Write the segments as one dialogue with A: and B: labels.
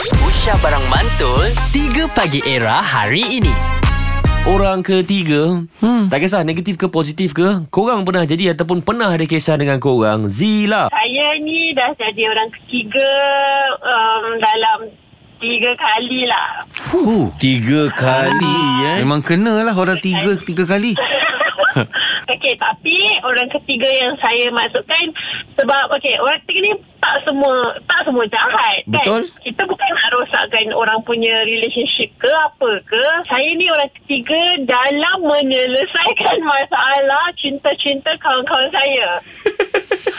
A: Aisyah Barang Mantul 3 Pagi Era hari ini
B: Orang ketiga hmm. Tak kisah negatif ke positif ke Korang pernah jadi Ataupun pernah ada kisah dengan korang Zila
C: Saya ni dah jadi orang ketiga um, dalam tiga kali lah.
D: Fuh, tiga kali eh. Memang kenalah orang tiga tiga kali.
C: Okey, tapi orang ketiga yang saya masukkan sebab okey, orang ketiga ni tak semua tak semua jahat
D: Betul.
C: kan. Kita bukan nak rosakkan orang punya relationship ke apa ke. Saya ni orang ketiga dalam menyelesaikan masalah cinta-cinta kawan-kawan saya.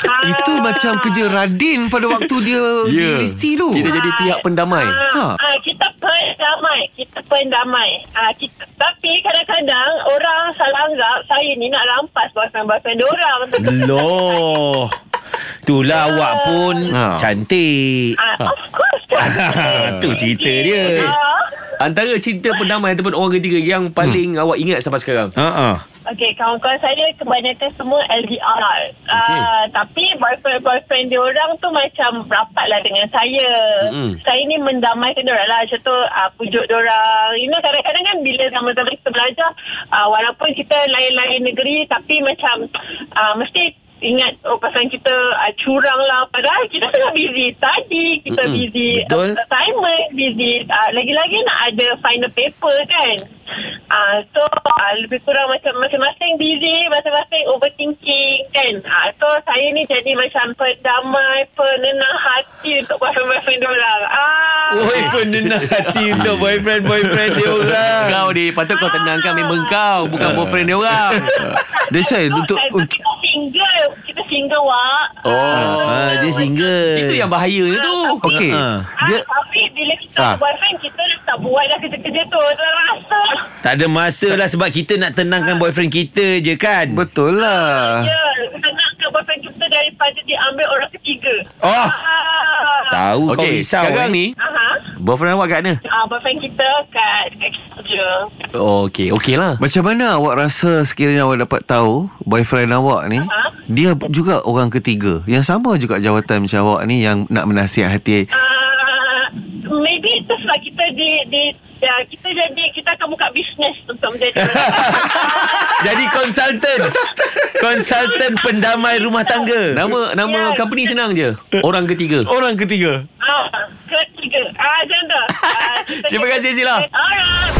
C: Ah. ha.
D: Itu macam kerja Radin pada waktu dia yeah. di universiti tu.
B: Kita jadi pihak pendamai
D: Ha.
C: Ha. Ah, kita pendamai. Kita pendamai. Ah, kita, tapi kadang-kadang orang salah anggap saya ni nak rampas boyfriend-boyfriend dia orang.
D: Loh. Itulah awak pun ha. cantik.
C: Ah, of course. kan.
D: Tu cerita dia.
C: Ah.
B: Antara cerita pendamai Ataupun orang ketiga Yang paling awak ingat sampai sekarang
D: Ha ah.
C: Okey, kawan-kawan saya kebanyakan semua LDR.
B: Okey.
C: Ah, tapi boyfriend-boyfriend dia orang tu macam rapat lah dengan saya.
B: Mm-mm.
C: Saya ni mendamaikan dia orang lah. Macam tu ah, pujuk dia orang. You know, kadang-kadang kan bila zaman-zaman kita belajar, ah, walaupun kita lain-lain negeri tapi macam ah, mesti ingat oh pasangan kita uh, curang lah padahal kita tengah busy tadi
B: Mm-mm.
C: kita Mm-mm. busy
D: Betul.
C: uh, assignment busy uh, lagi-lagi nak ada final paper kan uh, so uh, lebih kurang macam masing-masing busy masing-masing overthinking kan uh, so saya ni jadi macam pendamai penenang hati untuk boyfriend-boyfriend diorang ah
D: Oi, kan? penenang hati untuk boyfriend-boyfriend dia orang.
B: Kau ni Patut kau tenangkan member kau Bukan boyfriend dia orang
D: Dia saya
C: So,
D: untuk
C: saya- kita single kita single wak
D: Ah, dia single.
B: Itu yang bahaya tu
D: Okey.
E: Ha.
D: Dia
C: ah, tapi bila kita
D: Ah.
C: ah. boyfriend kita dah tak buat dah kerja-kerja tu dah rasa
E: Tak ada masa lah sebab kita nak tenangkan boyfriend kita je kan.
D: betul lah.
C: ya kita nak ke boyfriend kita daripada diambil orang ketiga
E: Oh,
C: ah.
E: tahu okay, kau
B: Okey
E: risau.
B: sekarang
E: eh.
B: ni
C: Aha.
B: Boyfriend awak kat mana?
C: Ah, boyfriend kita kat kat kerja.
B: Okey Okey lah
D: Macam mana awak rasa sekiranya awak dapat tahu boyfriend awak ni
C: Ha?
D: dia juga orang ketiga yang sama juga jawatan macam awak ni yang nak menasihati.
C: Ah, maybe itu sebab kita di di ya, kita jadi kita akan buka bisnes untuk menjadi
E: Jadi konsultan. konsultan pendamai rumah tangga.
B: Nama nama
C: Ya.
B: company senang je Orang ketiga
E: Orang ketiga.
C: ah, ketiga. Ah, macam tu. Ah, kita-
B: Terima kasih, Sila.
C: Alright.